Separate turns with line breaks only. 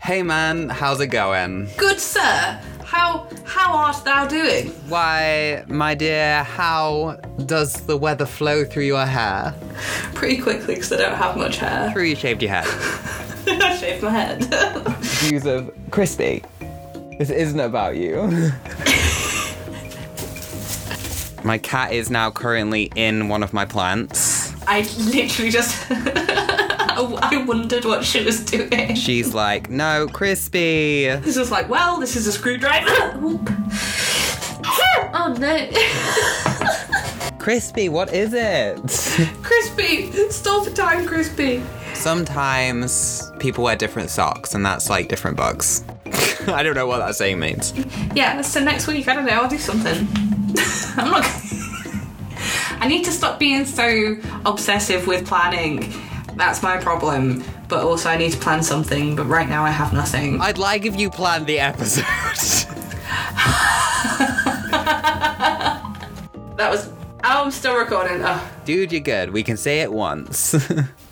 Hey man, how's it going?
Good sir, how how art thou doing?
Why, my dear, how does the weather flow through your hair?
Pretty quickly because I don't have much hair.
Through you shaved your head.
I shaved my head.
views of Christy. This isn't about you.
My cat is now currently in one of my plants.
I literally just I I wondered what she was doing.
She's like, no, crispy.
She's just like, well, this is a screwdriver. Whoop. oh no.
Crispy, what is it?
Crispy, stop the time, Crispy.
Sometimes people wear different socks, and that's like different bugs. I don't know what that saying means.
Yeah, so next week, I don't know, I'll do something. I'm not. I need to stop being so obsessive with planning. That's my problem. But also, I need to plan something, but right now, I have nothing.
I'd like if you planned the episode.
That was. Oh, I'm still recording. Oh.
Dude, you're good. We can say it once.